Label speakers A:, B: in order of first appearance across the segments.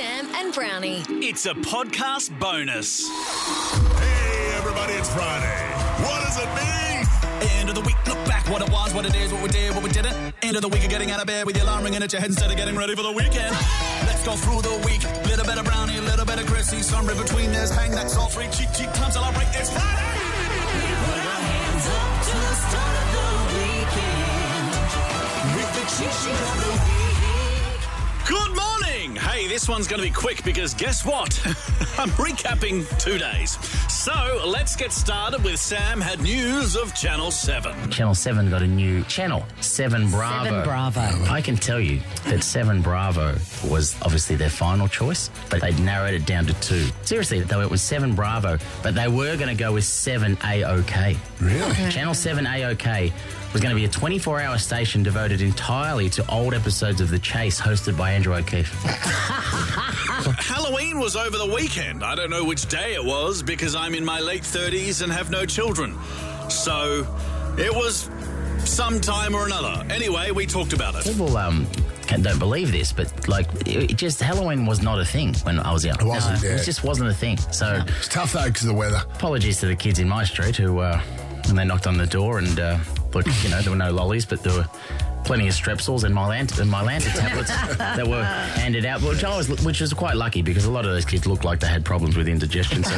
A: and Brownie.
B: It's a podcast bonus.
C: Hey, everybody, it's Friday. What does it mean?
D: End of the week, look back what it was, what it is, what we did, what we didn't. End of the week of getting out of bed with your alarm ringing at your head instead of getting ready for the weekend. Let's go through the week. Little bit of brownie, a little bit of Chrissy, somewhere between there's hang that's all free. Cheek cheek time celebrate. It's Friday.
B: Good morning! Hey, this one's going to be quick because guess what? I'm recapping two days. So let's get started with Sam had news of Channel 7.
E: Channel 7 got a new channel, 7 Bravo.
A: Seven Bravo.
E: I can tell you that 7 Bravo was obviously their final choice, but they narrowed it down to two. Seriously, though, it was 7 Bravo, but they were going to go with 7 AOK.
C: Really?
E: Channel 7 AOK was going to be a 24 hour station devoted entirely to old episodes of The Chase hosted by Andrew O'Keefe.
B: Halloween was over the weekend. I don't know which day it was because I'm in my late 30s and have no children. So it was some time or another. Anyway, we talked about it.
E: People um, can, don't believe this, but like, it, it just Halloween was not a thing when I was young. It
C: wasn't, yeah.
E: It just wasn't a thing. So.
C: It's tough, though, because of the weather.
E: apologies to the kids in my street who, uh, when they knocked on the door and, uh, look, you know, there were no lollies, but there were plenty of strepsils and Mylanta, and Mylanta tablets that were handed out, which I was, which was quite lucky because a lot of those kids looked like they had problems with indigestion. So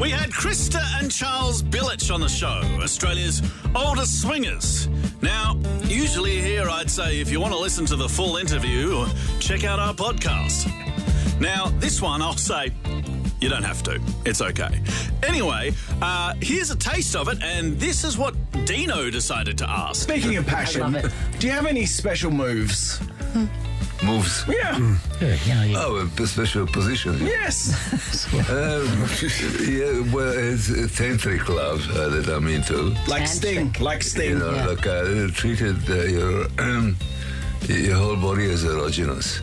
B: We had Krista and Charles Billich on the show, Australia's oldest swingers. Now, usually here I'd say if you want to listen to the full interview, check out our podcast. Now, this one I'll say you don't have to. It's okay. Anyway, uh, here's a taste of it, and this is what Dino decided to ask.
F: Speaking of passion,
E: love it.
F: do you have any special moves?
G: moves.
F: Yeah.
E: you know, you-
G: Oh, a p- special position.
F: Yes.
G: Um, yeah, well, it's a tantric love uh, that I'm into.
F: Like
A: Tantric.
F: Sting. Like
G: You
F: Sting.
G: know,
A: Yeah.
G: like I treated uh, your um, your whole body as erogenous.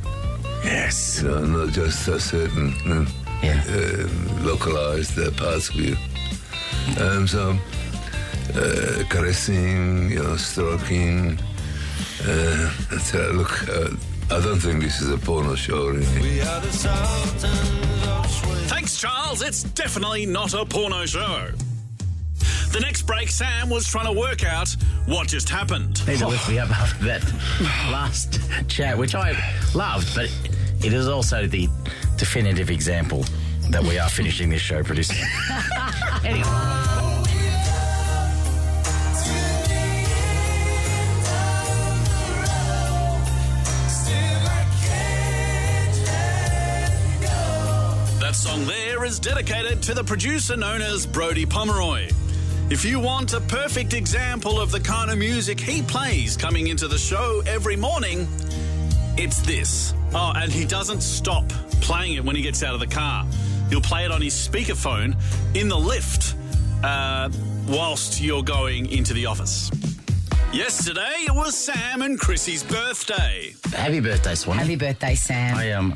F: Yes.
G: You know, not just a certain uh,
E: Yeah.
G: uh, localized uh, parts of you. Um, so uh, caressing, you know, stroking. Uh, that's, uh, look, uh, I don't think this is a porno show or anything.
B: Thanks, Charles. It's definitely not a porno show. The next break, Sam was trying to work out what just happened.
E: need to lift me up after that last chat, which I loved, but it is also the definitive example that we are finishing this show, producer.
B: That song there is dedicated to the producer known as Brody Pomeroy. If you want a perfect example of the kind of music he plays coming into the show every morning, it's this. Oh, and he doesn't stop playing it when he gets out of the car. He'll play it on his speakerphone in the lift uh, whilst you're going into the office. Yesterday it was Sam and Chrissy's birthday.
E: Happy birthday, Swanee.
A: Happy birthday, Sam.
E: I um,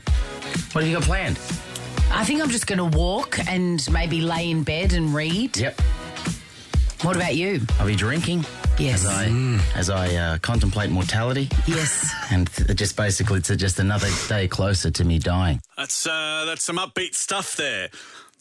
E: what have you got planned?
A: I think I'm just going to walk and maybe lay in bed and read.
E: Yep.
A: What about you?
E: I'll be drinking
A: Yes.
E: as I as I uh, contemplate mortality,
A: Yes.
E: and th- just basically to just another day closer to me dying.
B: That's uh, that's some upbeat stuff there.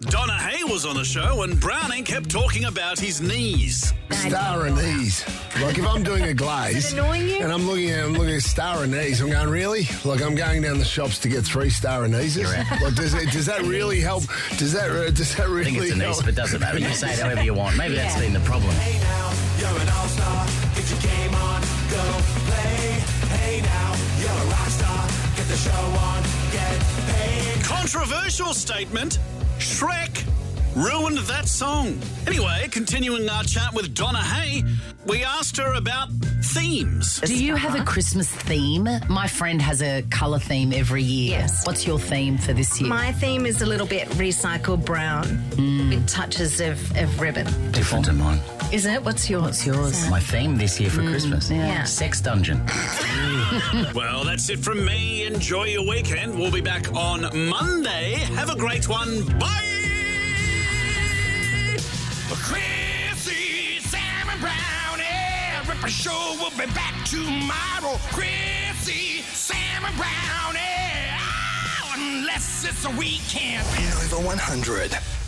B: Donna Hay was on the show, and Browning kept talking about his knees.
C: Star and ease. Like if I'm doing a glaze
A: annoying you?
C: and I'm looking at I'm looking at star and ease, I'm going really. Like I'm going down the shops to get three star and eases. Like does it, does that really help? Does that re- does that
E: I
C: really
E: think it's a niece,
C: help?
E: but it doesn't matter. You say it however you want. Maybe that's
A: Yeah.
E: been the problem.
B: Controversial statement. Shrek ruined that song. Anyway, continuing our chat with Donna Hay, we asked her about themes.
A: Do you have a Christmas theme? My friend has a colour theme every year.
H: Yes.
A: What's your theme for this year?
H: My theme is a little bit recycled brown
A: Hmm.
H: with touches of, of ribbon.
E: Different to mine.
H: Is it? What's yours?
A: What's yours?
E: My theme this year for Christmas:
H: yeah.
E: sex dungeon.
B: Well, that's it from me. Enjoy your weekend. We'll be back on Monday. Have a great one. Bye.
I: Chrissy, Sam and Brownie. Ripper Show will be back tomorrow. Chrissy, Sam and Brownie. Oh, and
J: Ah, Unless it's a weekend.
I: Nova 100.